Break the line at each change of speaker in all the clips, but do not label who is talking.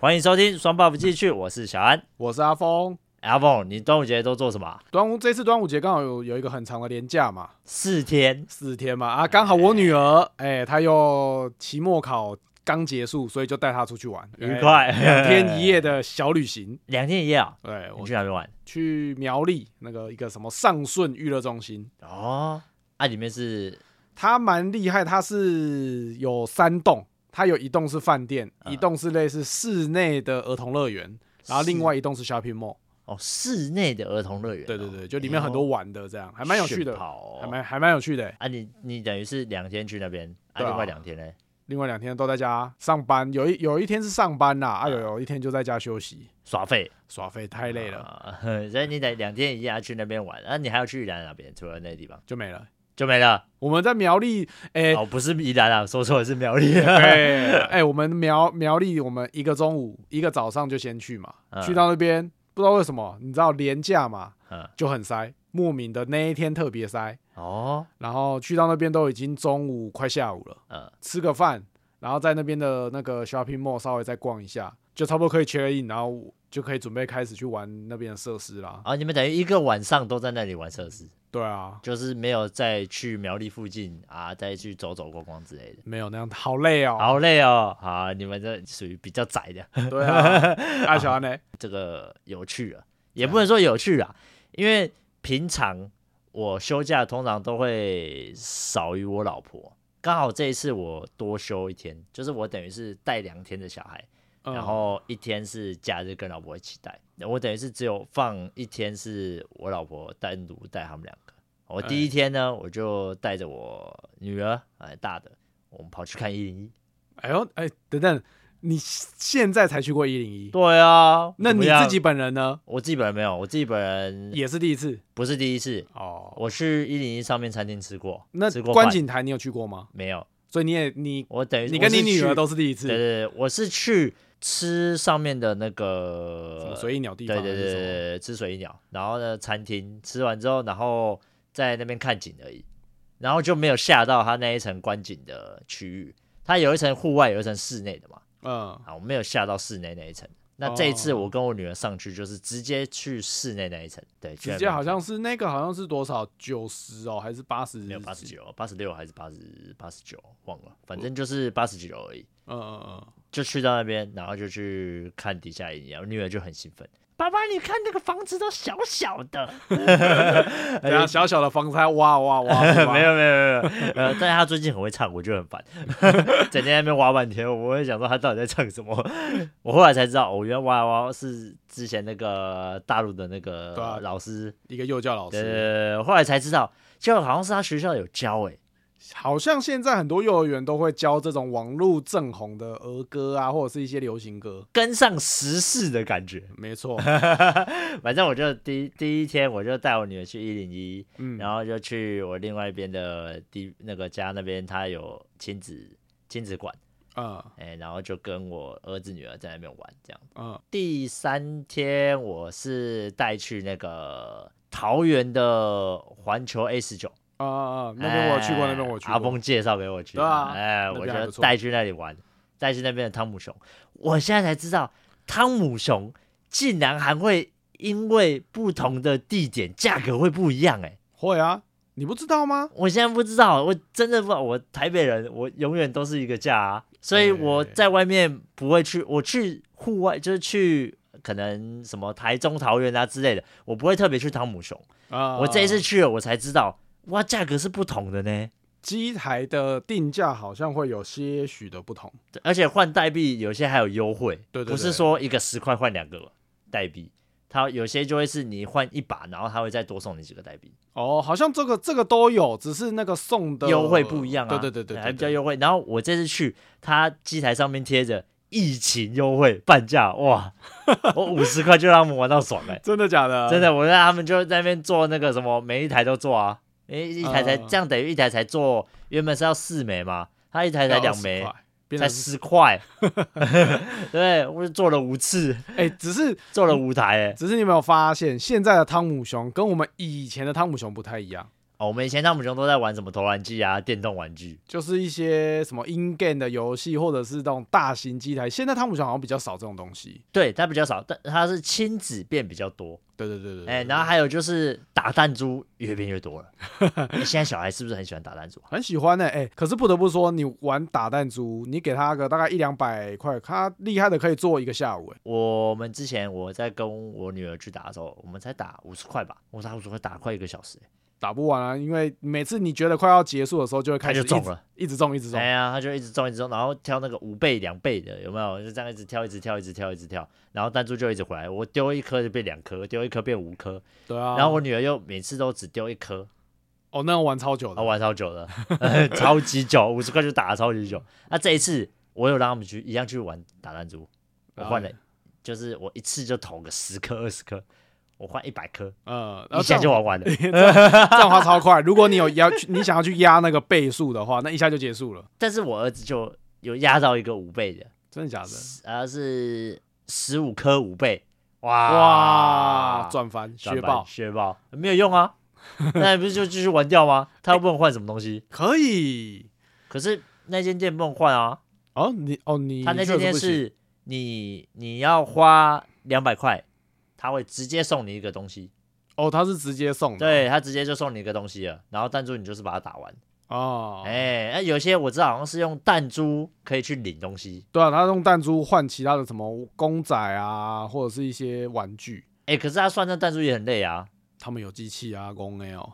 欢迎收听双 buff 继续，我是小安。
我是阿峰。
阿凤，你端午节都做什么啊？
端午这次端午节刚好有有一个很长的连假嘛，
四天
四天嘛啊，刚好我女儿哎、她又期末考刚结束，所以就带她出去玩，
愉快，
哎两天一，夜的小旅 行。
两天一夜啊！
对
我
我
去哪边玩？
去苗栗那个一个什么上顺娱乐中心，
哦，啊，里面是
它蛮厉害，它是有三栋，它有一栋是饭店，
嗯
一栋是类似室内的儿童乐园，然后另
是
外一栋是 shopping mall。
哦室内的儿童乐园哦。
对对对，就里面很多玩的，这样还蛮有趣的
炫，跑哦
还蛮还蛮有趣的、哎
啊，你你等于是两天去那边，啊，
对啊
另外两天呢？
另外两天都在家上班，有一有一天是上班啦，啊
嗯
有有一天就在家休息
耍废
耍废，太累了
啊 所以你得两天一夜要去那边玩，啊，你还要去宜兰那边，除了那地方
就没了。
就没了。
我们在苗栗，哎、
哦，不是宜兰啊，说错了是苗栗。啊
哎、 哎我们苗苗栗，我们一个中午一个早上就先去嘛，
嗯
去到那边不知道为什么，你知道廉价嘛，
嗯
就很塞，莫名的那一天特别塞，
哦，
然后去到那边都已经中午快下午了，
嗯，
吃个饭，然后在那边的那个 shopping mall 稍微再逛一下，就差不多可以 check in，然后就可以准备开始去玩那边的设施啦。
啊，你们等于一个晚上都在那里玩设施。
对啊，
就是没有再去苗栗附近啊，再去走走逛逛之类的。
没有那样，好累哦。
好累哦，好，你们这属于比较宅的，
对 啊，阿小安呢？
这个有趣啊，也不能说有趣啊，因为平常我休假通常都会少于我老婆，刚好这一次我多休一天，就是我等于是带两天的小孩，
嗯
然后一天是假日跟老婆一起带，我等于是只有放一天是我老婆单独带他们两个。我第一天呢，我就带着我女儿，哎，大的，我们跑去看一零一。
哎呦，哎，等等，你现在才去过一零一，
对啊，
那
怎么
你
样
自己，本人呢？
我自己本人没有，我自己本人
也是第一次
不是第一次，
哦。
我去一零一上面餐厅吃过，
那
吃过
观
饭
景台你有去过吗？
没有，
所以你也你
我等于
你跟你女儿
我
都是第一
是去对
次，
对对，我是去吃上面的那
什
个
么随意鸟地方
对
还
对
是
对
什么？
对，吃水鸟，然后呢，餐厅吃完之后，然后在那边看景而已，然后就没有下到它那一层观景的区域，它有一层户外，有一层室内的嘛，
嗯，
啊，我没有下到室内那一层。那这一次
哦
我跟我女儿上去，就是直接去室内那一层，对，去
直
那
接
边
好
看
像是那个好像是多少九十哦，还是八十？
没有八十。九、八十六还是八十八十九，忘了，反正就是八十九而已。
嗯嗯
就去到那边，然后就去看底下一样，我女儿就很兴奋。爸爸，你看那个房子都小小的，
嗯，等一下小小的房子还哇哇哇，哇
哎 没有没有没 有，没有呃，但是他最近很会唱，我就很烦， 整天在那边挖半天，我会想说他到底在唱什么。 我后来才知道，哦，原来挖挖是之前那个大陆的那
对啊
个老师，
一个幼教老
对对
师，
对对后来才知道，就好像是他学校有教欸诶、
好像现在很多幼儿园都会教这种网络正红的儿歌啊，或者是一些流行歌。
跟上时事的感觉。
没错，
反正我就第一第一天我就带我女儿去一零一，
嗯，
然后就去我另外一边的地那个家那边，他有亲子亲子馆，
嗯
哎、然后就跟我儿子女儿在那边玩这样。
嗯，
第三天我是带去那个桃园的环球 A 十九，
啊啊，那边我有去过，
哎
那边我有去
阿
过。
峰介绍给我去的，
对啊
哎，
那边
我
还
就
不错
带去那里玩，带去那边的汤姆熊。我现在才知道，汤姆熊竟然还会因为不同的地点价格会不一样、哎。
会啊，你不知道吗？
我现在不知道，我真的不知道。我台北人，我永远都是一个价啊，所以我在外面不会去，我去户外就是去可能什么台中、桃园啊之类的，我不会特别去汤姆熊。
啊，
我这一次去了，我才知道，哇，价格是不同的呢，
机台的定价好像会有些许的不同。
对而且换代币有些还有优惠，
对对对
不是说一个十块换两个代币，它有些就会是你换一把，然后它会再多送你几个代币。
哦，好像这个这个都有，只是那个送的
优惠不一样啊，
对对对对，对
还比较。
对
优惠。然后我这次去，它机台上面贴着疫情优惠半价，哇， 我五十块就让他们玩到爽 哎、
真的假的？
真。的，我让他们就在那边做那个什么，每一台都做啊，每一台才、
嗯
这样等于一台才做，原本是要四枚嘛，他一台才两枚，，
变
才
成
十块， 对，我就做了五次，
哎，只是
做了五台哎、
只是你有没有发现，现在的汤姆熊跟我们以前的汤姆熊不太一样？
哦，我们以前汤姆熊都在玩什么投篮机啊、电动玩具，
就是一些什么 in game 的游戏，或者是那种大型机台。现在汤姆熊好像比较少这种东西。
对，它比较少，但它是亲子变比较多。
对对对对对，
哎、然后还有就是打弹珠越变越 多了。哎现在小孩是不是很喜欢打弹珠啊？
很喜欢呢、哎、可是不得不说，你玩打弹珠，你给他个大概一两百块，他厉害的可以做一个下午、哎，
我们之前我在跟我女儿去打的时候，我们才打五十块吧，我打五十块打快一个小时、哎
打不完啊，因为每次你觉得快要结束的时候，就会开
她
始
就
一
中
直
了。
一直中，一直中
哎。呀，他就一直中一直中，然后挑那个五倍两倍的，有没有？就这样一直挑，一直挑，一直挑，一直挑，然后弹珠就一直回来，我丢一颗就变两颗，丢一颗变五颗，
对啊，
然后我女儿又每次都只丢一颗，
哦，那我玩超久
她
的，
啊玩超久了， 超级久，五十块就打了超级久。那这一次我有让他们去一样去玩打弹珠，我
然后
换
呢
了，就是我一次就投个十颗二十颗，我换一百颗，
嗯，然
一
后这
下
样
就玩完了。
这样花超快。如果你有要去，你想要去压那个倍数的话，那一下就结束了，
但是我儿子就有压到一个五倍的，
真的假的？
然后是十五颗五倍，啊哇
哇，赚翻，
转
学
板
爆，
学爆没有用 啊，那不是就继续玩掉吗？他又不能换什么东西，
可以
可是那间店不能换啊，
哦，你哦你
他那间
确实
店
不行
是你你要花两百块，他会直接送你一个东西，
哦，他是直接送的，
对他直接就送你一个东西了，然后弹珠你就是把它打完，
哦，
哎，那有些我知道好像是用弹珠可以去领东西，
对啊，他用弹珠换其他的什么公仔啊，或者是一些玩具，
哎，可是他算那弹珠也很累啊
他们有机器啊，公 A 哦，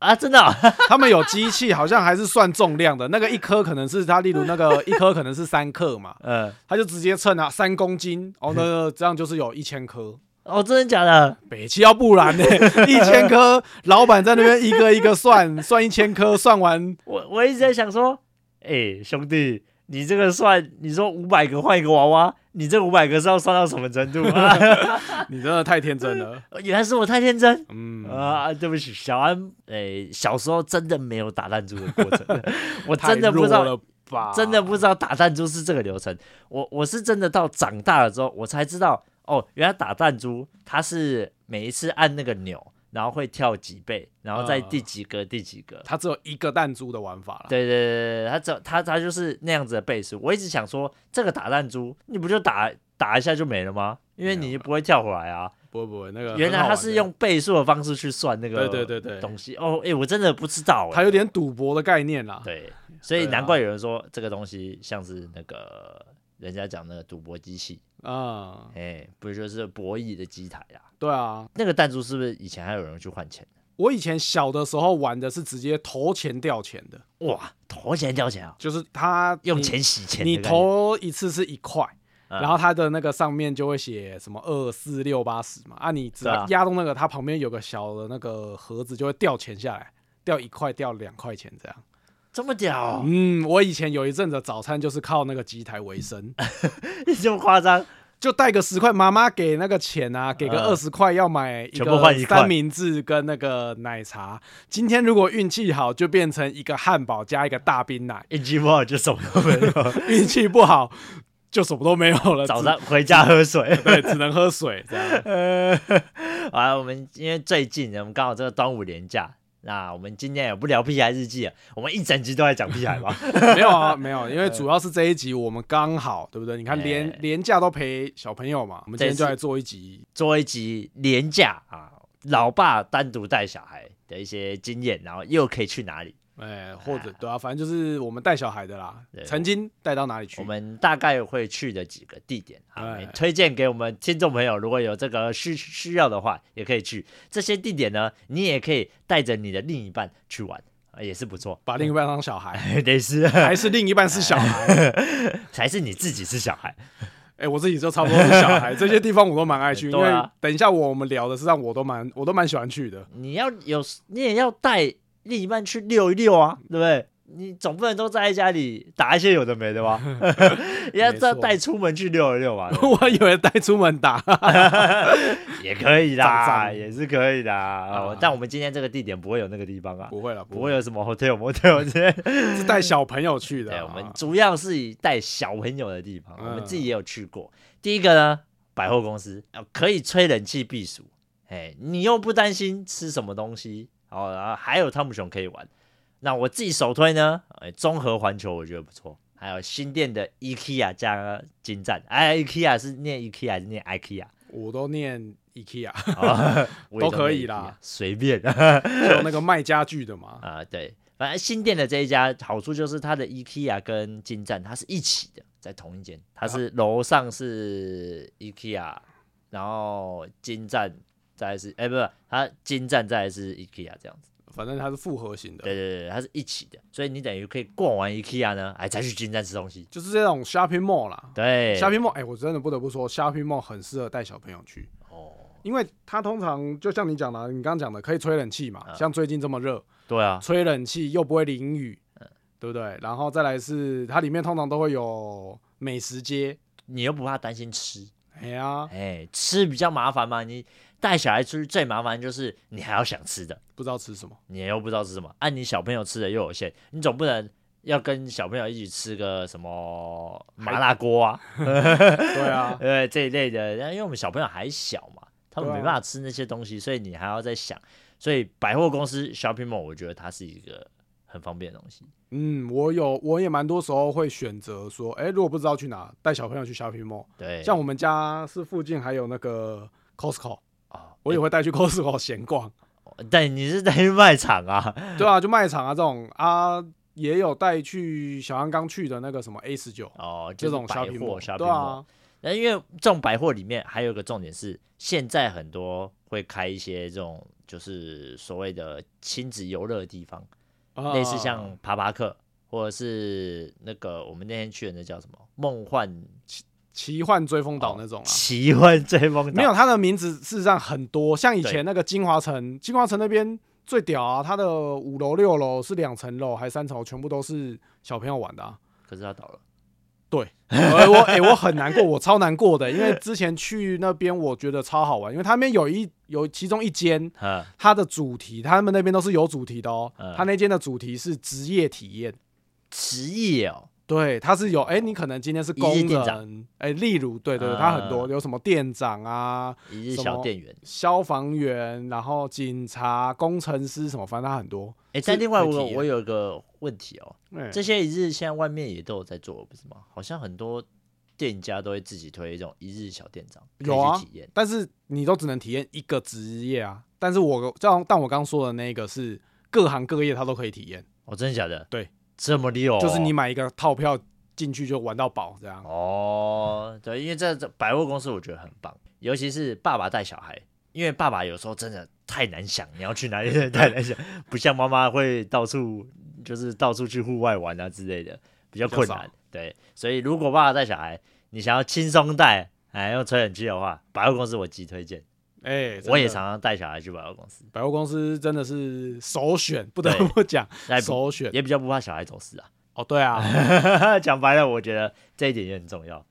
啊，真 的啊、
他们有机器，好像还是算重量的，那个一颗可能是他，例如那 个一颗可能是三克嘛，
嗯，
他就直接称啊三公斤，哦，那那这样就是有一千颗。
哦，真的假的？
北七要 不然呢、一千颗，老板在那边一个一个算，算一千颗，算完
我我一直在想说，哎、兄弟，你这个算，你说五百个换一个娃娃，你这五百个是要算到什么程度啊？
你真的太天真了。
原来是我太天真
嗯，
啊、对不起，小安，哎、小时候真的没有打弹珠的过 程，我
太
真的不
弱
知道，
了吧？
真的不知道打弹珠是这个流程。我我是真的到长大了之后，我才知道，哦，原来打弹珠它是每一次按那个钮，然后会跳几倍，然后再
啊
第几个、第几个。
它只有一个弹珠的玩法了。
对对对对，他只有他他就是那样子的倍数。我一直想说，这个打弹珠，你不就打打一下就没了吗？因为你就不会跳回来啊。
不会不会，那个
原
很
来
好
他
玩
是
的
用倍数的方式去算那个
对对对对
东西哦。哎、我真的不知道、
它
哎。
有点赌博的概念啦。
对，所以
对啊
难怪有人说这个东西像是那个人家讲那个赌博机器，
啊、
哎、不就是博弈的机台啊？
对啊，
那个弹珠是不是以前还有人去换钱？
我以前小的时候玩的是直接投钱掉钱的，
哇，投钱掉钱啊，
就是他
用钱洗钱
你，
的
你
概念，
投一次是一块，
嗯
然后它的那个上面就会写什么二四六八十嘛，啊，你只
对啊
要压中那个，它旁边有个小的那个盒子就会掉钱下来，掉一块掉两块钱这样。
这么屌、
嗯，我以前有一阵子早餐就是靠那个机台为生，
这么夸张？
就带个十块，妈妈给那个钱啊，给个
嗯
二十块，要买一
全部换
个
一块
三明治跟那个奶茶。今天如果运气好，就变成一个汉堡加一个大冰奶；
运气不好就什么都没有，
运气不好，就什么都没有了。
早
只。
上回家喝水
对，只能喝水这 样。
啊，我们因为最近我们刚好这个端午连假，那我们今天也不聊屁孩日记了，啊我们一整集都在讲屁孩吧。
没有啊，没有，因为主要是这一集我们刚好，对不对？你看
嗯哎
连连假都陪小朋友嘛，我们今天
这
就
次
来做一集。
做一集连假啊，老爸单独带小孩的一些经验，然后又可以去哪里？
哎，或者对啊，反正就是我们带小孩的啦
对，
曾经带到哪里去
我？们大概会去的几个地点啊，
哎
也推荐给我们听众朋友，如果有这个需需要的话，也可以去这些地点呢。你也可以带着你的另一半去玩，啊也是不错。
把另一半当 小孩，
类似
还是另一半是小孩？
才是你自己是小孩。
哎，我自己就差不多是小孩，这些地方我都 蛮爱去，因
对啊
为等一下我们聊的是让我都蛮我都蛮喜欢去的。
你要有，你也要带另一半去溜一溜啊，对不对？你总不能都在家里打一些有的没的 吧？ 也要
没
要
错
带出门去溜一溜 嘛，
我以为带出门打，
也可以
脏
啦，
脏
也是可以啦。哦
啊
但我们今天这个地点不会有那个地方啊，
不会了，
不会有什么 hotel motel 之类的。
是带小朋友去的
对，
啊。
我们主要是以带小朋友的地方，我们
嗯
自己也有去过。第一个呢，百哦货公司，呃可以吹冷气避暑，哎，你又不担心吃什么东西，哦，然后还有汤姆熊可以玩。那我自己首推呢，哎，综合环球我觉得不错，还有新店的 IKEA 加金站，哎，IKEA 是念 IKEA 还是念 IKEA？
我都念 IKEA，
哦 我也
都可
念
以啦
IKEA，随便。
就那个卖家具的嘛。
啊、对，反正新店的这一家好处就是它的 IKEA 跟金站它是一起的，在同一间，它是楼上是 IKEA，然后金站再来是哎、不是，它金站再来是 IKEA 这样子，
反正它是复合型的，
对对对，它是一起的，所以你等于可以逛完 IKEA 呢，哎再去金站吃东西，
就是这种 shopping mall 啦。
对，
shopping mall，哎、我真的不得不说，shopping mall 很适合带小朋友去，
哦，
因为它通常就像你讲的啊，你刚刚讲的可以吹冷气嘛，
嗯
像最近这么热，
对啊，
吹冷气又不会淋雨，
嗯
对不对？然后再来是它里面通常都会有美食街，
你又不怕担心吃，
哎呀，
哎，吃比较麻烦嘛，你带小孩出去最麻烦就是你还要想吃的。
不知道吃什么，
你又不知道是什么，啊按、你小朋友吃的又有限，你总不能要跟小朋友一起吃个什么麻辣锅啊，
对啊，
呃这一类的，因为我们小朋友还小嘛，他们
对啊
没办法吃那些东西，所以你还要再想。所以百货公司 shopping mall 我觉得它是一个很方便的东西。
嗯，我有我也蛮多时候会选择说，哎、如果不知道去哪，带小朋友去 shopping mall，
对，
像我们家是附近还有那个 Costco，
哦，
我也会带去 Costco 闲逛。
但你是在卖场啊，
对啊，就卖场啊这种啊，也有带去小安刚去的那个什么 A 十九
哦，
这
就是
种
百
shopping
货
mall，
shopping
对
mall。
啊，
那因为这种百货里面还有一个重点是，现在很多会开一些这种就是所谓的亲子游乐的地方，
啊
类似像爬爬课，或者是那个我们那天去的那叫什么梦幻
奇幻追风
哦
岛那种啊。
奇幻追风岛，
没有，它的名字事实上很多，像以
对
前那个金华城，金华城那边最屌啊，它的五楼、六楼是两层楼，还三层楼，全部都是小朋友玩 的啊。
可是它倒了。
哎、我哎、我很难过，我超难过的，因为之前去那边我觉得超好玩，因为他们有一有其中一间，
嗯，
它的主题，他们那边都是有主题的哦
嗯。
他那间的主题是职业体验，
职业哦，
对，它是有哎、你可能今天是工
一日店
人，哎、例如对对，
嗯
它很多有什么店长啊、
一日
什
小
么
店员。
消防员，然后警察、工程师什么，反正它很多。
哎，但
是
另外
会
我
体验
我有一个问题哦，
哎
这些一日现在外面也都有在做，不是吗？好像很多店家都会自己推这种一日小店长，可以
有啊
去体验。
但是你都只能体验一个职业啊。但是我像但我刚说的那个是各行各业它都可以体验，
哦，真的假的？
对，
这么溜哦、
就是你买一个套票进去就玩到饱这样。
哦，对，因为这这百货公司我觉得很棒，尤其是爸爸带小孩，因为爸爸有时候真的太难想你要去哪里， 太难想，不像妈妈会到处就是到处去户外玩啊之类的，比较
比较
困
少
难。对，所以如果爸爸带小孩，你想要轻松带，哎，用吹冷气的话，百货公司我极推荐。
哎、
我也
常。
常常带小孩去百货公司，
百货公司真的是首选，不得
对
不讲
那也不
首选。
也比较不怕小孩走失啊。
哦，对啊，
讲白了，我觉得这一点也很重要，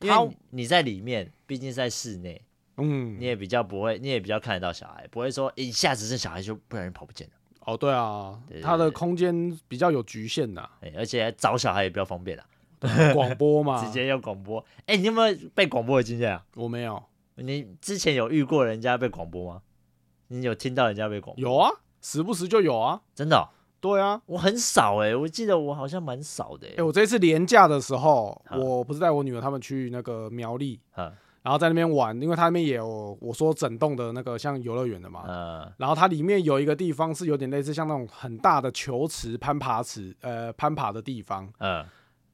因
好
为你你在里面，毕竟是在室内，
嗯
你，也比较不会，你也比较看得到小孩，不会说一下子这小孩就不然跑不见了。
哦，对啊
对，对
它的
对
空间比较有局限 呐、
哎、而且找小孩也比较方便啊，
广播嘛，
直接用广播。哎、你有没有被广播的经验啊？
我没有，
你之前有遇过人家被广播吗？你有听到人家被广播？
有啊，时不时就有啊，
真的哦、
对啊。
我很少哎、我记得我好像蛮少的、
哎、
欸。
我这次廉假的时候，
啊
我不是带我女儿他们去那个苗栗，
嗯
然后在那边玩，因为它那边也有我说整栋的那个像游乐园的嘛，
呃，
然后它里面有一个地方是有点类似像那种很大的球池、攀爬池，呃，攀爬的地方，
嗯，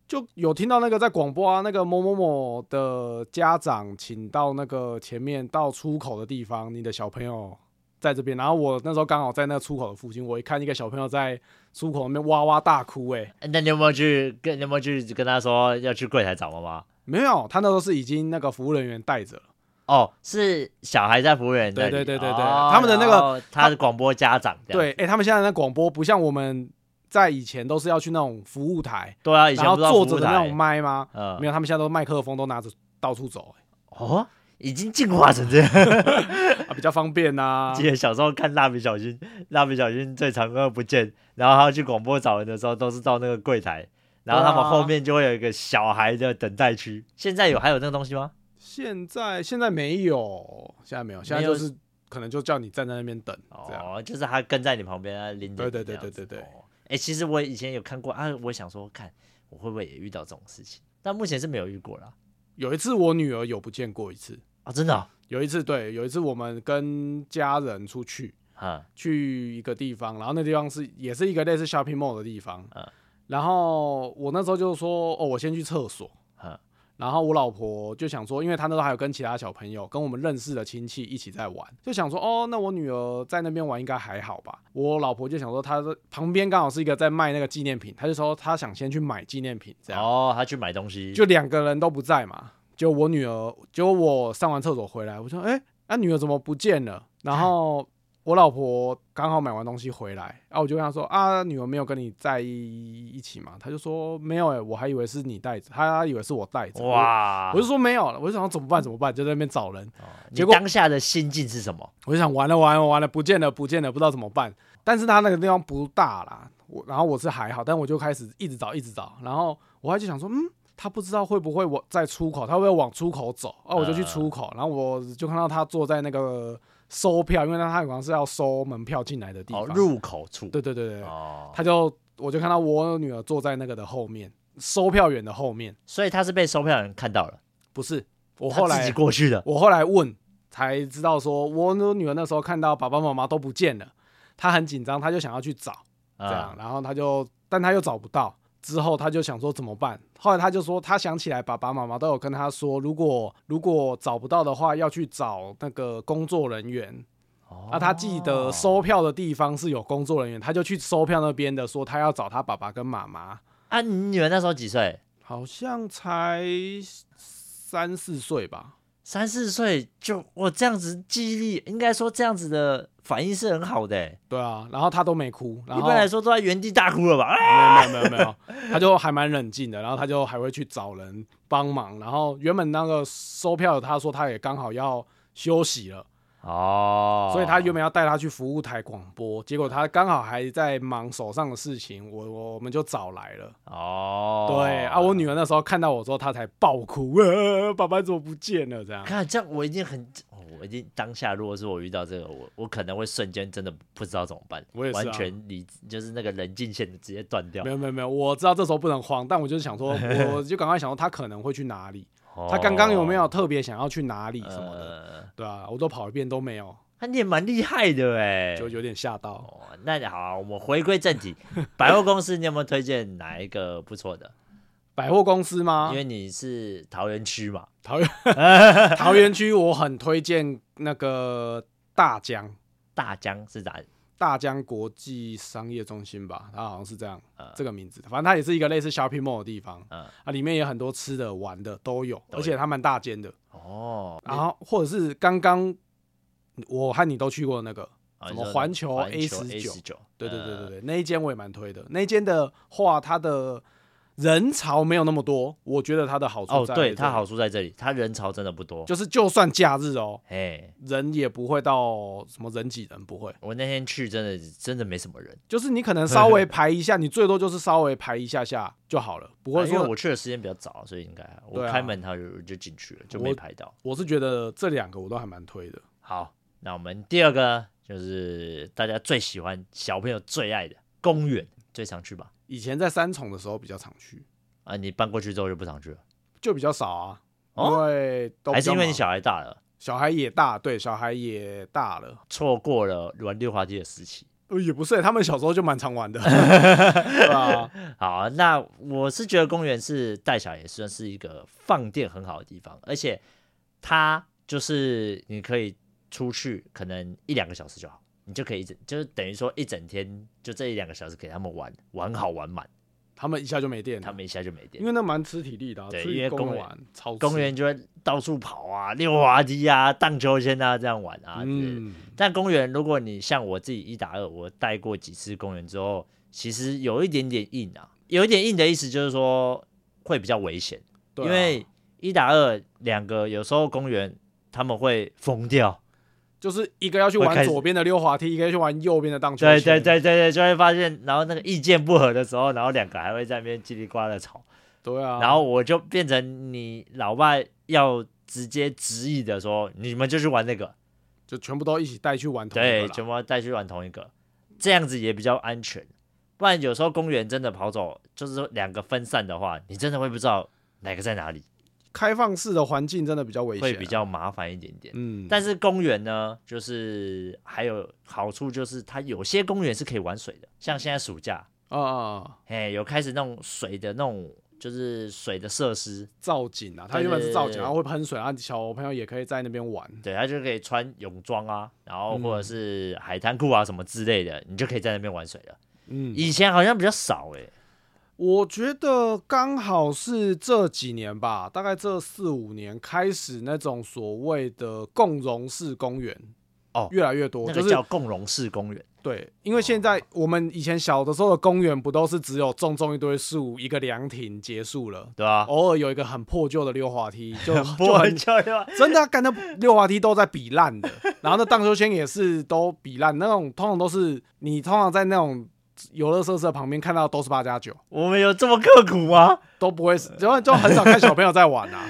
就有听到那个在广播啊，那个某某某的家长，请到那个前面到出口的地方，你的小朋友在这边。然后我那时候刚好在那个出口的附近，我一看一个小朋友在出口那边哇哇大哭、欸，哎，
那你有没有去跟你有没有去跟他说要去柜台找妈妈？
没有，他那时候是已经那个服务人员带着了，
哦，是小孩在服务员那里，
对对对对对
哦
他们的那个
然后他的广播家长这样，
对，哎、他们现在的广播不像我们在以前都是要去那种服务台，
对啊，以前
然后
不知道
坐
服务
着的那
台
种麦吗？
嗯，
没有，他们现在都麦克风都拿着到处走、
哦，已经进化成这 样。
欸 啊，比较方便呐、
记得小时候看蜡笔小新，蜡笔小新最常用不见，然后他去广播找人的时候，都是到那个柜台，然后他
对
们
啊
后面就会有一个小孩的等待区。现在有还有那个东西吗？
现在现在没有，现在没有，现在
没有
就是可能就叫你站在那边等，这样。
哦，就是他跟在你旁边，他啊拎着你
对对对
这样子
对对对
哦哎、其实我以前有看过啊，我想说看我会不会也遇到这种事情，但目前是没有遇过啦。
有一次我女儿有不见过一次，
啊，真的哦
有一次对，有一次我们跟家人出去，
啊，
去一个地方，然后那地方是也是一个类似 shopping mall 的地方，
嗯
然后我那时候就说，哦，我先去厕所，
嗯
然后我老婆就想说，因为她那时候还有跟其他小朋友，跟我们认识的亲戚一起在玩，就想说，哦，那我女儿在那边玩应该还好吧？我老婆就想说，她说旁边刚好是一个在卖那个纪念品，她就说她想先去买纪念品，这样，
哦，他去买东西，
就两个人都不在嘛，就我女儿，结果我上完厕所回来，我说，哎、那、女儿怎么不见了？然后我老婆刚好买完东西回来，啊，我就跟她说，啊，女儿没有跟你在一起嘛？她就说没有、哎，我还以为是你带着，她以为是我带着。
哇
我，就说没有了，我就想说怎么办怎么办，就在那边找人，
哦你
结果
当下的心境是什么？
我就想完了完了完了，不见了不见了，不知道怎么办。但是他那个地方不大啦，我然后我是还好，但我就开始一直找一直找，然后我还就想说，嗯，他不知道会不会我在出口，他会不会往出口走啊？我就去出口，然后我就看到他坐在那个收票，因为他他好像是要收门票进来的地
哦，
方，
入口处，
对对对对，
哦，
他就我就看到我女儿坐在那个的后面，收票员的后面，
所以他是被售票人看到了，
不是我
他
后来
自己过去的，
我后来问才知道说，我女儿那时候看到爸爸妈妈都不见了，她很紧张，她就想要去找，这样，
啊，
然后她就，但她又找不到，之后她就想说怎么办？后来她就说，她想起来爸爸妈妈都有跟她说，如果如果找不到的话，要去找那个工作人员。
哦
啊，她记得收票的地方是有工作人员，她就去收票那边的，说她要找她爸爸跟妈妈，
啊，你女儿那时候几岁？
好像才三四岁吧。
三四岁就我这样子记忆力，应该说这样子的反应是很好的、欸。
对啊，然后她都没哭。然
一
后
般来说都在原地大哭了吧？啊、
没有没有没有没有，他就还蛮冷静的，然后他就还会去找人帮忙。然后原本那个收票的他说他也刚好要休息了，
哦，
所以他原本要带他去服务台广播，结果他刚好还在忙手上的事情，我我我们就找来了。
哦，
对啊，我女儿那时候看到我之后，她才爆哭， 呃，爸爸怎么不见 了？这样
看这样我已经很，哦我已经当下如果是我遇到这个，我我可能会瞬间真的不知道怎么办，
我也是啊
完全理就是那个人境线直接断掉
没。有没有没有，我知道这时候不能慌，但我就是想 说，我就赶快想说他可能会去哪里，他刚刚有没有特别想要去哪里
哦
什么的？
呃
对啊，我都跑一遍都没有，
他你也蛮厉害的哎、
就有点吓到。
哦，那好啊、我们回归正 题，百货公司你有没有推荐哪一个不错的？
百货公司吗
因？为你是桃园区嘛，
桃园桃园区我很推荐那个大江
大江是哪？
大江国际商业中心吧，它好像是这样、
呃
这个名字，反正它也是一个类似 shopping mall 的地方，
嗯
啊，里面也很多吃的玩的都有，
都有
而且它蛮大间的。
哦，
然后或者是刚刚我和你都去过的那个，
啊
什
你
么
说
环球
环
A
球 A
19
九？
对对对对
呃，
对，那一间我也蛮推的。那一间的话，它的人潮没有那么多，我觉得它的好处
哦，
在于
对，
这
它
里
好处在这里，它人潮真的不多。
就是就算假日哦，
哎，
人也不会到什么人挤人，不会，
我那天去真的真的没什么人，
就是你可能稍微排一下，你最多就是稍微排一下下就好了，不
啊
会
因为
说。
我去的时间比较早，所以应该还好我
对啊
开门它就就进去了，就没
我
排到。
我是觉得这两个我都还蛮推的，
好，那我们第二个就是大家最喜欢、小朋友最爱的公园，最常去吧？
以前在三重的时候比较常去，
啊，你搬过去之后就不常去了，
就比较少啊，因
哦
为都比较
还是因为你
忙
小孩大了，
小孩也大，对，小孩也大了。
错过了玩溜滑梯的时期。
呃也不是、他们小时候就蛮 常玩的， 对啊吧、
好，啊那我是觉得公园是带小孩也算是一个放电很好的地方，而且它就是你可以出去，可能一两个小时就好，你就可以一整，就是等于说一整天就这一两个小时给他们玩，玩好玩满，
他们一下就没电了，
他们一下就没电
嗯因。为那蛮吃体力的、啊，
对
出
因
去
为
公
公
园
园
玩超吃
公园就会到处跑啊，溜滑梯啊，荡秋千啊，这样玩啊之类的。
嗯，
但公园，如果你像我自己一打二，我带过几次公园之后，其实有一点点硬啊，有一点硬的意思就是说会比较危险，
对啊
因为一打二两个有时候公园他们会疯掉，
就是一个要去
会
玩
开始
左边的溜滑梯，一个要去玩右边的荡秋
对
千，
对对对对，就会发现，然后那个意见不合的时候，然后两个还会在那边叽里呱啦吵，
对啊，
然后我就变成你老爸要直接执意的说，你们就去玩那个，
就全部都一起带去玩同一个
对，
啦
全部要带去玩同一个，这样子也比较安全。不然有时候公园真的跑走，就是说两个分散的话，你真的会不知道哪个在哪里，
开放式的环境真的比较危险啊、
会比较麻烦一点点。
嗯，
但是公园呢，就是还有好处，就是它有些公园是可以玩水的，像现在暑假，
啊啊
哎，有开始那种水的那种，就是水的设施，
造景啊，它
对
原本是造
对
景，
对
然后会喷水，然后小朋友也可以在那边玩。
对，它就可以穿泳装啊，然后或者是海滩裤啊什么之类的，你就可以在那边玩水了。
嗯，
以前好像比较少哎、
我觉得刚好是这几年吧，大概这四五年开始那种所谓的共融式公园
哦
越来越多，
那
就
个
是
叫哦共融式公园，
对，因为现在我们以前小的时候的公园不都是只有种种一堆树，一个凉亭结束了，
对吧、
偶尔有一个很破旧的溜滑梯， 就就
不
很
哦很久了，
真的、啊，干的溜滑梯都在比烂的，然后那荡秋千也是都比烂，那种通常都是你通常在那种游乐设施的旁边看到都是八加九，
我们有这么刻苦吗？
都不会，就就很少看小朋友在玩啊。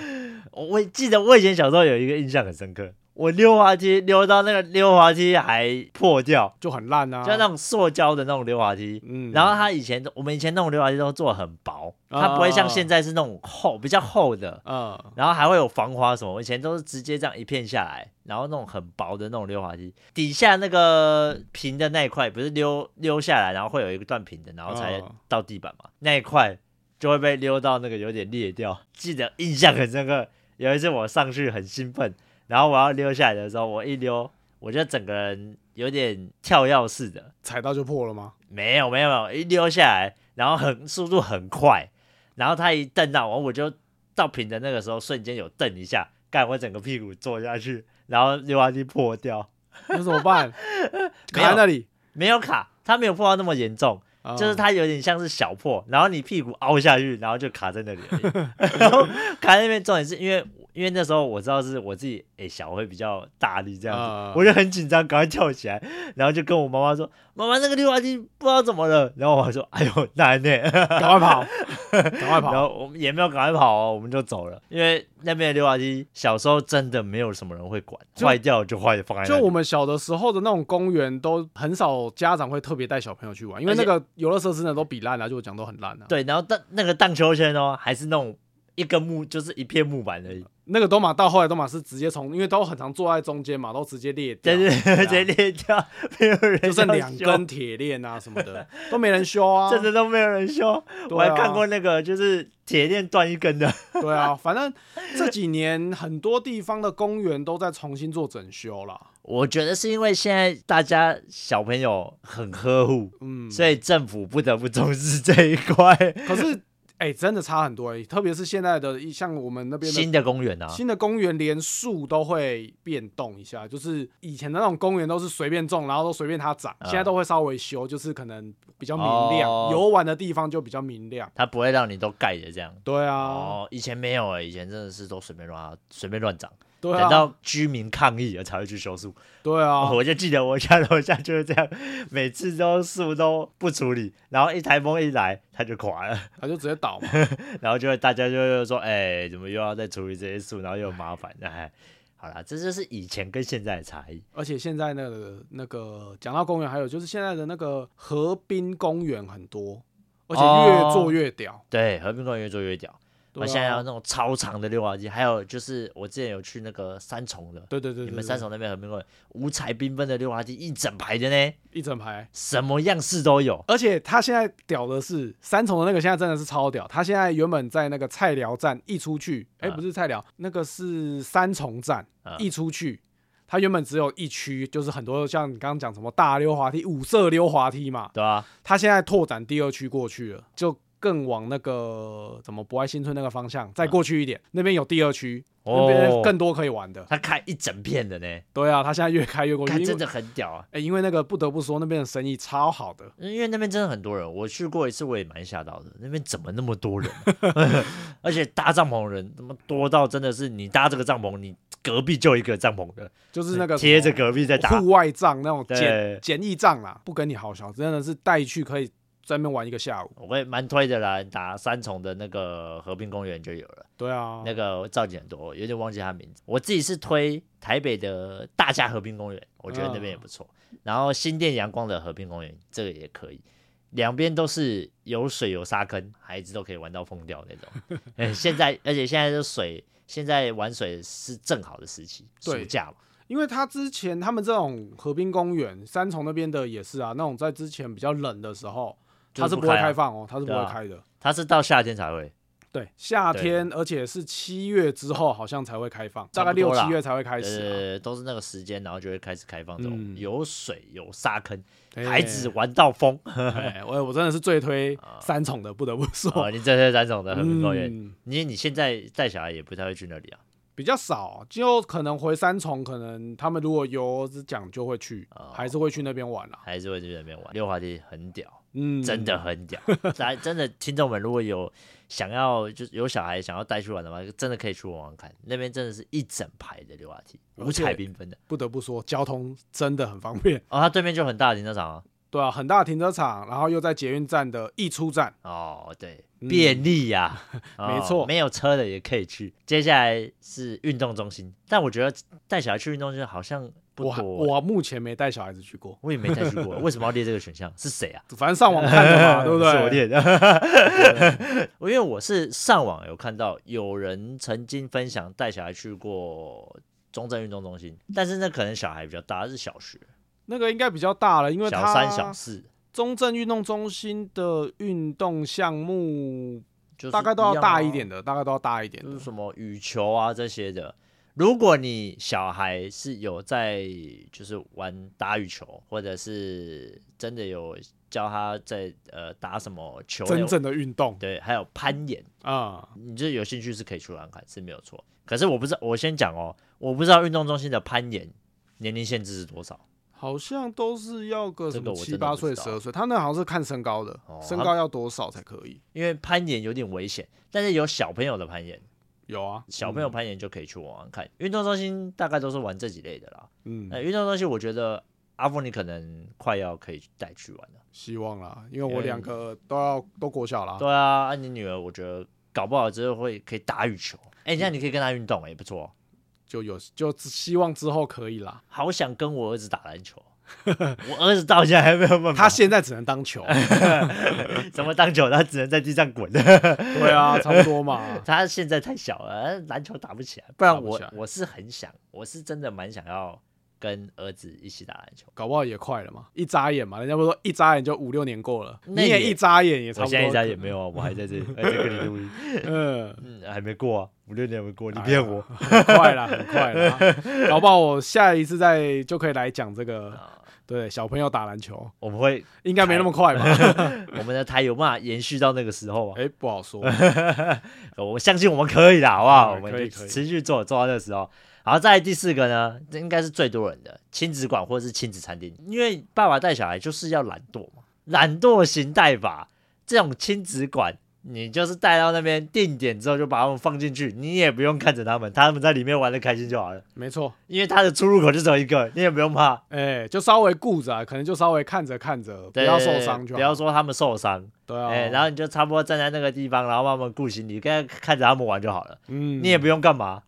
我我记得我以前小时候有一个印象很深刻，我溜滑梯溜到那个溜滑梯还破掉，
就很烂啊，
就那种塑胶的那种溜滑梯。
嗯，
然后它以前我们以前那种溜滑梯都做得很薄，
啊
它不会像现在是那种厚比较厚的，
嗯，
然后还会有防滑什么。我以前都是直接这样一片下来，然后那种很薄的那种溜滑梯，底下那个平的那一块不是溜溜下来，然后会有一个断平的，然后才
哦
到地板嘛，那一块就会被溜到那个有点裂掉。记得印象很深刻，有一次我上去很兴奋，然后我要溜下来的时候，我一溜，我就整个人有点跳跃似的，
踩到就破了吗？
没有没有没有，一溜下来，然后很速度很快，然后他一蹬到我，我就到平的那个时候瞬间有蹬一下，干我整个屁股坐下去， 然后溜滑梯破掉，
那怎 么办？
没有
卡在那里，
没有卡，他没有破到那么严重，
嗯
就是它有点像是小破，然后你屁股凹下去，然后就卡在那里而已，然后卡在那边，重点是因为。因为那时候我知道是我自己诶、小会比较大力这样子，
嗯
我就很紧张，赶快跳起来，然后就跟我妈妈说：“妈妈，那个溜滑梯不知道怎么了。”然后我妈说：“哎呦，难呢、
赶快 跑，赶快
然
跑。
后我们也没有赶快跑哦，我们就走了，因为那边的溜滑梯小时候真的没有什么人会管，
就
坏掉就坏，放在
就
那里
我们小的时候的那种公园，都很少家长会特别带小朋友去玩，因为
而且
那个游乐设施呢都比烂啊，就我讲都很烂啊。
对，然后荡那个荡秋千哦，还是那种一根木，就是一片木板而已，
那个都马到后来都马是直接从，因为都很常坐在中间嘛，都直接裂掉，
但是 直接
对啊
裂掉，没有人
就剩
要
两
修
根，铁链啊什么的，都没人修啊。
真的都没有人修。我
对
还
啊
看过那个就是铁链断一根的，
对啊，反正这几年很多地方的公园都在重新做整修啦。
我觉得是因为现在大家小朋友很呵护，
嗯，
所以政府不得不重视这一块
可是哎、真的差很多、欸，特别是现在的像我们那边的
新的公园啊。
新的公园，连树都会变动一下。就是以前的那种公园都是随便种，然后都随便它长，
嗯
现在都会稍微修，就是可能比较明亮，
哦
游玩的地方就比较明亮。
它不会让你都盖着这样，
对啊，
哦，以前没有哎、以前真的是都随便乱啊随便乱长，
对
等
啊，
到居民抗议了才会去修树。
对 啊，
我就记得我家楼下就是这样，每次都树都不处理，然后一台风一来它就垮了，
它就直接 倒嘛。
然后就会大家就会说，哎、怎么又要再处理这些树，然后又麻烦，哎，好啦，这就是以前跟现在的差异。
而且现在那个那个讲到公园，还有就是现在的那个河滨公园很多，而且越做越屌。
对，和平公园越做越屌，
对
我、
啊
哦现在有那种超长的溜滑梯，还有就是我之前有去那个三重的。
对对对对，
你们
对
三重那边和平公园五彩缤纷的溜滑梯，一整排的呢，
一整排。
什么样式都有。
而且他现在屌的是三重的那个，现在真的是超屌。他现在原本在那个菜寮站一出去，哎、
嗯
不是菜寮，那个是三重站
嗯
一出去，他原本只有一区，就是很多像你刚刚讲什么大溜滑梯、五色溜滑梯嘛，
对啊，
他现在拓展第二区过去了，就更往那个怎么博爱新村那个方向再过去一点，那边有第二区，那边
哦，
更多可以玩的。
他开一整片的呢，
对啊，他现在越开越过去，
看
因为
真的很屌啊！
哎、因为那个不得不说那边的生意超好的，
因为那边真的很多人，我去过一次，我也蛮吓到的。那边怎么那么多人啊、 而且搭帐篷的人他妈多到真的是，你搭这个帐篷，你隔壁就一个帐篷的，
就是那个
哎贴着
什么
隔壁在打。
户外帐那种简
对
简易帐啦，不跟你好小，真的是带去可以在那边玩一个下午。
我会蛮推的啦，你打三重的那个河滨公园就有了，
对啊，
那个造景很多，有点忘记它名字。我自己是推台北的大家河滨公园，我觉得那
嗯
边也不错。然后新店阳光的河滨公园，这个也可以，两边都是有水有沙坑，孩子都可以玩到疯掉那种。 哎，现在而且现在的水，现在玩水是正好的时期，暑
对
假嘛。
因为他之前他们这种河滨公园、三重那边的也是啊，那种在之前比较冷的时候，
就
它
是
是
不
不会
开啊
开放哦，它是不
对
会
啊
开的。
它是到夏天才会，
对，夏
对
天，而且是七月之后好像才会开放，大
差
概
不多
六
啦
七月才会开始、啊。
呃，都是那个时间，然后就会开始开放这
嗯
种有水有沙坑，
哎
孩子，玩到 疯。
哎，我我真的是最推三重的，不得不说，
哦，你这是三种的河滨公园，
嗯，
因为你现在带小孩也不太会去那里啊。
比较少，就可能回三重，可能他们如果有讲就会去，
哦
还是会去那边玩啦、
还是会去那边玩。溜滑梯很屌，
嗯，
真的很屌。来、真的听众们如果有想要就是有小孩想要带去玩的话，真的可以去玩玩看。那边真的是一整排的溜滑梯，
而
五彩
且
缤纷的。
不得不说，交通真的很方便。
哦，它对面就很大的停车场啊。
对啊，很大的停车场，然后又在捷运站的一出站，
哦，对，
嗯
便利呀、哦
没错
没有车的也可以去。接下来是运动中心，但我觉得带小孩去运动中心好像不
我还
多欸。
我目前没带小孩子去过，
我也没带去过，为什么要列这个选项？是谁啊？
反正上网看的 嘛，对不对？
是我列的。
对
因为我是上网有看到有人曾经分享带小孩去过中正运动中心，但是那可能小孩比较大，是小学，
那个应该比较大了，因为
小
它
三、小四，
中正运动中心的运动项目
就是
大概都要大
样
一
啊啊
点，的，大概都要大一点
就是
的。
什么羽球啊这些的。如果你小孩是有在就是玩打羽球，或者是真的有教他在呃打什么球类，
真正的运动
对，还有攀岩，
啊、
你就有兴趣是可以去玩看，是没有错。可是我不知道，我先讲哦，我不知道运动中心的攀岩年龄限制是多少。
好像都是要个什
这个
么
我
七
真的
八
不
岁、
知
十
道
二岁，他那好像是看身高的，
哦
身
他
高要多少才可以？
因为攀岩有点危险，但是有小朋友的攀岩，
有啊，
小朋友攀岩就可以去玩玩看。运动中心大概都是玩这几类的啦。
嗯，
那、
嗯，
运动中心我觉得阿峰你可能快要可以带去玩啊了。
希望啦，因为我
为
两个都要都国小啦。
对啊，啊你女儿我觉得搞不好之后会可以打羽球，哎、这样你可以跟她运动、哎，也不错。
就有就只希望之后可以啦。
好想跟我儿子打篮球， 我儿子到现在还没有办
他
法，
现在只能 当球，
怎么当球，他只能在地上滚。
对啊，差不多嘛。
他现在太小了，篮球打不起来。不然
打不
我
起来
我是很想，我是真的蛮想要跟儿子一起打篮球。
搞不好也快了嘛，一眨眼嘛，人家不是说一眨眼就五六年过了，你
那
也
也
一眨眼也差
我
不多。
现在一家也没有啊，我还在 这里，还在跟你录音，
嗯，
嗯，还没过啊，五六年没过，你
哎呀
骗我。
很 快啦，很快啦。搞不好我下一次再就可以来讲这个，
啊
对小朋友打篮球，
我们会，
应该没那么快吧？
我们的台有办法延续到那个时候啊？
哎，不好说。
呃我相信我们可以 的，好不好？
嗯
我们
可以
就
可以
持续做，做到那个时候。好，再来第四个呢，这应该是最多人的亲子馆或者是亲子餐厅，因为爸爸带小孩就是要懒惰嘛，懒惰型带法，这种亲子馆。你就是带到那边定点之后，就把他们放进去，你也不用看着他们，他们在里面玩的开心就好了。
没错，
因为他的出入口就只有一个，你也不用 怕，
哎，就稍微顾着啊，可能就稍微看着看着，不
对
要受伤就
不要
好。
说他们受伤，
对
哎、
啊，
然后你就差不多站在那个地方，然后慢慢顾行李，跟看着他们玩就好了。
嗯，
你也不用干嘛，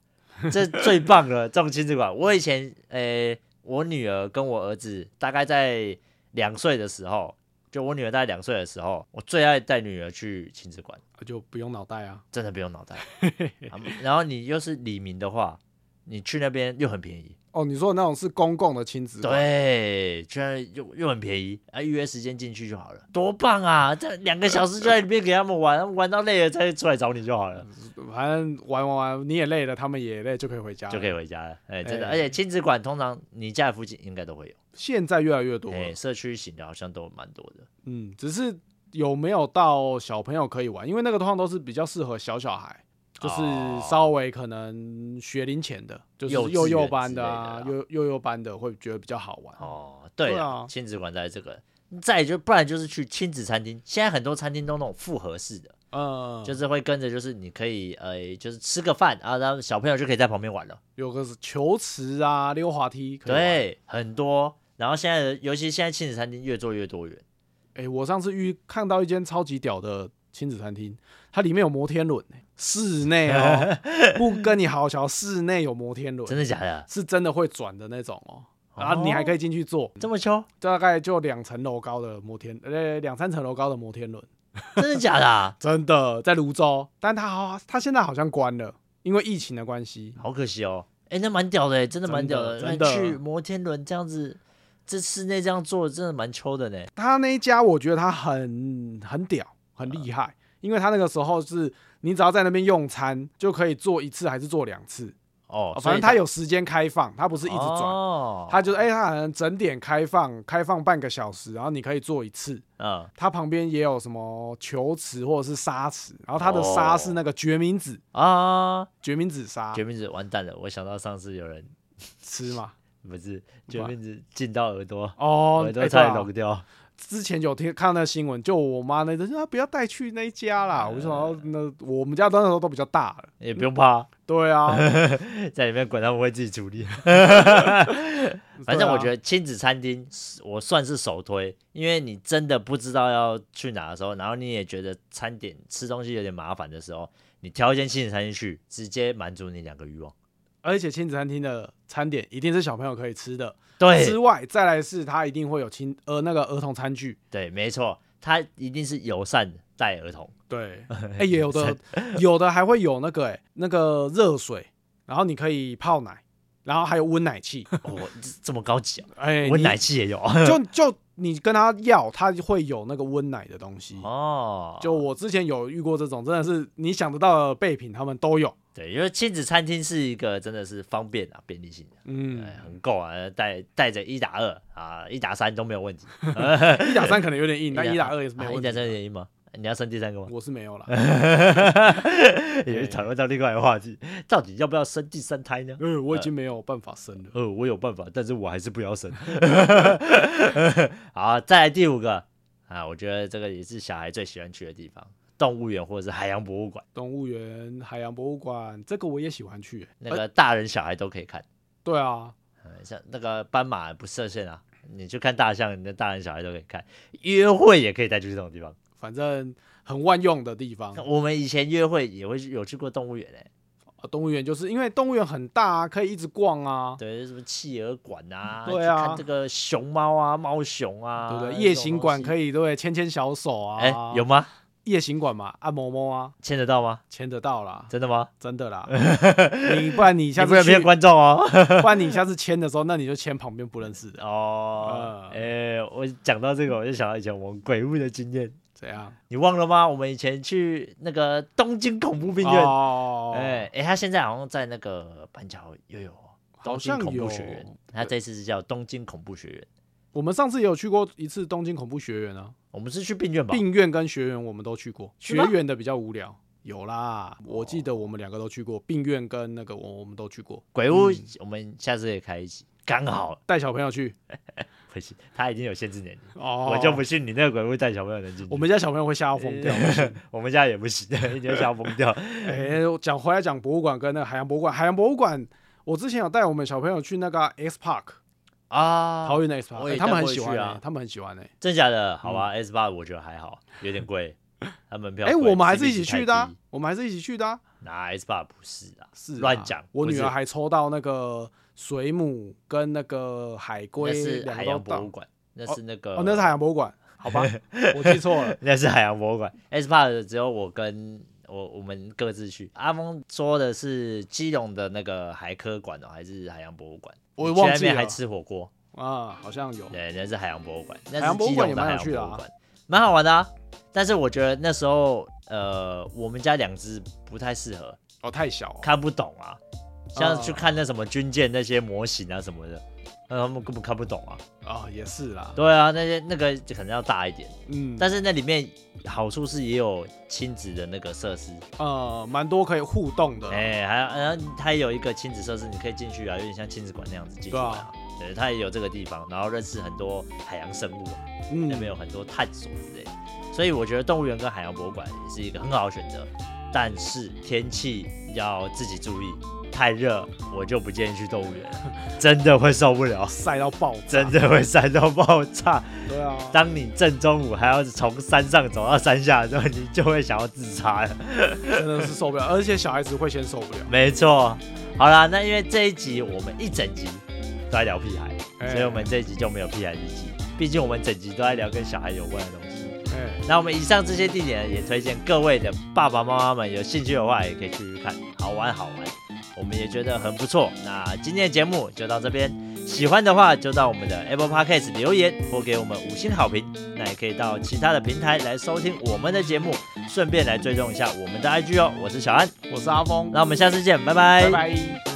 这最棒了，这种亲子馆。我以前，诶、我女儿跟我儿子大概在两岁的时候，就我女儿大概两岁的时候，我最爱带女儿去亲子馆，
就不用脑袋啊。
真的不用脑 袋。啊然后你又是李明的话，你去那边又很便宜，
哦，你说的那种是公共的亲子馆，
对，居然又又很便宜，啊，预约时间进去就好了，多棒啊！这两个小时就在里面给他们玩，玩到累了再出来找你就好了。
嗯反正玩玩玩，你也累了，他们也累，就可以回家了，
就可以回家了。哎、真的，
哎
而且亲子馆通常你家附近应该都会有，
现在越来越多了
哎、社区型的好像都蛮多的。
嗯，只是有没有到小朋友可以玩？因为那个通常都是比较适合小小孩，就是
哦
稍微可能学龄前的，就是
幼稚
幼幼
园
班
之
的啊，
类的
幼幼幼班的会觉得比较好玩。
哦，对
对
啊
啊，
亲、子馆在这个，再就不然就是去亲子餐厅。现在很多餐厅都那种复合式的，
嗯，
就是是会跟着，就是你可以呃，就是吃个饭啊，然后小朋友就可以在旁边玩了。
有个是球池啊，溜滑梯，，
对，很多。然后现在的，尤其现在亲子餐厅越做越多元，
哎、我上次遇看到一间超级屌的亲子餐厅，它里面有摩天轮、欸，室 内哦，不跟你好巧，室内有摩天轮
真，的假的？
是真的会转的那种哦。啊，你还可
以
以进去坐，
这么秋？
大概就两层楼高的摩天，呃，两三层楼高的摩天轮，
真的假的、 啊？
真的在泸州，但它好，它现在好像关了，因为疫情的关系。
好可惜哦。哎、那蛮屌的欸，真的蛮屌的。
真的
那
真的
去摩天轮这样子，这室内这样做，真的蛮秋的呢。
他那一家我觉得他很很屌，很厉害，因为他那个时候是你只要在那边用餐就可以做一次还是做两次，
哦，
反正他有时间开放，他不是
是
一直转，
哦、
他就是哎、他好像整点开放，开放半个小时，然后你可以做一次。
嗯，
它旁边也有什么球池或者是沙池，然后它的
哦
沙是那个决明子，
啊，
决明子沙，
绝命子完蛋了！我想到上次有人
吃嘛。
不是绝命子进到耳朵，
哦
耳，
哎
朵
对
差
啊
点聋掉。
之前有听看到那个新闻，就我妈那阵说啊不要带去那一家 啦。我就想到那我们家那时候都比较大了，
也不用怕，
对 啊，
在里面管他们会自己处 理。反
对
正
啊
我觉得亲子餐厅是我算是首推，因为你真的不知道要去哪的时候，然后你也觉得餐点吃东西有点麻烦的时候，你挑一间亲子餐厅去，直接满足你两个欲望。
而且亲子餐厅的餐点一定是小朋友可以吃的，之
对
外，再来是它一定会有亲呃那个儿童餐具。
对，没错，它一定是友善待儿童。
对， 哎、也有的有的还会有那个哎、那个热水，然后你可以泡奶，然后还有温奶器。
哦，这这么高级啊！
哎、
温
你
奶器也 有
就就你跟他要，他会有那个温奶的东西。
哦。
就我之前有遇过这种，真的是你想得到的备品，他们都有。
对，因为亲子餐厅是一个真的是方便啊，便利性、啊哎
嗯，
很够啊，带带着一打二啊，一打三都没有问题。
一打三可能有点硬， 但一打二也是没
啊一
有问
打
题
三有
的。
点硬吗？啊你要生第三个吗？
我是没有啦。
也讨论到另外一个话题，到底要不要生第三胎呢？
嗯，我已经没有办法生了。
呃，我有办法，但是我还是不要生。 好，再来第五个啊，我觉得这个也是小孩最喜欢去的地方，动物园或者是海洋博物馆，
动物园、海洋博物馆，这个我也喜欢去、欸
那个大人小孩都可以看。
对啊，
呃像那个斑马不设限啊，你去看大象，你的大人小孩都可以看，约会也可以带去这种地方。
反正很万用的地方。
我们以前约会也会去有去过动物园诶、
啊动物园就是因为动物园很大、啊，可以一直逛啊，
对，什么企鹅馆啊，
对
去
啊
看这个熊猫啊、猫熊啊，
对不对？夜行馆可
以，
以对牵牵小手啊，
哎、有吗？
夜行馆嘛，按摩摸啊，
牵得到吗？
牵得到啦，
真的吗？
真 的啦。你不然你
你
下
不
次
要
去
骗，观众 哦。
不然你下次签的时候，那你就签旁边不认识的，
哦，哎、
嗯
我讲到这个，我就想到以前我们鬼屋的经验，
怎样？
你忘了吗？我们以前去那个东京恐怖病院，
哦，
哎、哎，他现在好像在那个板桥又有哦东
好
京
像
恐怖
有
学院，他这次是叫东京恐怖学院。
我们上次也有去过一次东京恐怖学院啊，
我们是去病院吧？
病院跟学院我们都去过，
是
学
吗哦
院的比较无聊。有啦，我记得我们两个都去过，病院跟那个我我们都去过，
鬼屋，
嗯
我们下次也开一集，刚好
带小朋友去。
不行，他已经有限制年龄，
哦，
我就不信你那个鬼屋带小朋友能进去。
我们家小朋友会吓到疯掉。
我们家也不行，你就想疯掉。
哎、我讲回来讲博物馆跟那个海洋博物馆，海洋博物馆，我之前有带我们小朋友去那个啊 X Park，、
啊，
桃园的 X Park，、
我也
他
带
们很
过
喜欢、
去
欸
啊
他们很喜欢哎、
真假的？好吧，S 八我觉得还好，有点贵，他门票
哎、
贵。
嗯我们还是
CP
一起
值太
去的啊、
低
我们还是一起去的、啊，
那 S 八不是啊，
是啊
乱讲
我
不
女
是
儿还抽到那个水母跟那个海
那
龟，
是
两
海
个都
洋博
到
物。馆，那是那个
哦，那是海洋博物馆，好吧，我记错了。
那是海洋博物馆。S p a 的只有我跟我我们各自去。阿峰说的是基隆的那个海科馆哦，还是海洋博物馆？
我
你
忘
去那
记
边
了
还吃火锅，
啊，好像有。
对，那是海洋博物馆，那
海洋
是
博物
基
馆
隆
也
的
蛮
海
有
洋
趣的
博物
啊
馆，蛮好玩的啊。但是我觉得那时候，呃，我们家两只不太适合，
哦，太小了。
看不懂啊，像
哦
去看那什么军舰那些模型啊什么的，那他们根本看不懂啊。
啊、也是啦。
对啊，那些那个就可能要大一点，
嗯，
但是那里面好处是也有亲子的那个设施，
呃，蛮多可以互动的。
哎、还有，然后它也有一个亲子设施，你可以进去啊，有点像亲子馆那样子进去玩啊。对，它也有这个地方，然后认识很多海洋生物啊，
嗯
那边有很多探索之类的。所以我觉得动物园跟海洋博物馆也是一个很好的选择。但是天气要自己注意，太热我就不建议去动物园了，真的会受不了，
晒到爆炸，
真的会 晒到爆炸。
对啊，
当你正中午还要从山上走到山下的时候，你就会想要自杀了。
真的是受不了，而且小孩子会先受不了。
没错，好啦，那因为这一集我们一整集都在聊屁孩，
哎
所以我们这一集就没有屁孩日记。毕竟我们整集都在聊跟小孩有关的东西。
哎，
那我们以上这些地点也推荐各位的爸爸妈妈们，有兴趣的话也可以去去看，好玩好玩，我们也觉得很不错。那今天的节目就到这边，喜欢的话就到我们的 Apple Podcast 留言或给我们五星好评，那也可以到其他的平台来收听我们的节目，顺便来追踪一下我们的 IG 哦。我是小安，
哎我是阿峰，
那我们下次见，拜
拜拜。